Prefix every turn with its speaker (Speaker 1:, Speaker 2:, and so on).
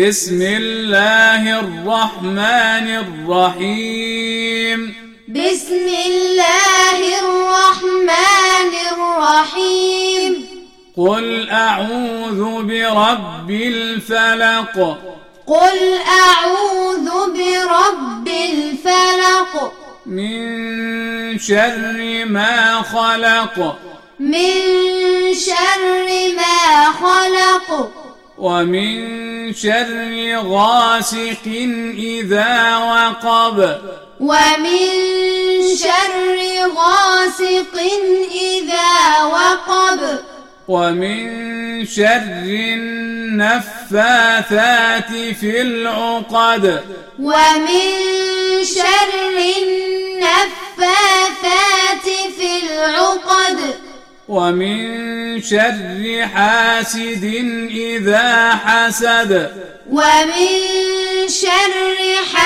Speaker 1: بسم الله الرحمن الرحيم
Speaker 2: بسم الله الرحمن الرحيم
Speaker 1: قل أعوذ برب الفلق
Speaker 2: قل أعوذ برب الفلق
Speaker 1: من شر ما خلق
Speaker 2: من شر ما خلق
Speaker 1: ومن شر غاسق إذا وقب
Speaker 2: ومن شر غاسق إذا وقب
Speaker 1: ومن شر النفاثات في العقد
Speaker 2: ومن شر النفاثات في العقد
Speaker 1: ومن شر حاسد إذا حسد
Speaker 2: ومن شر حاسد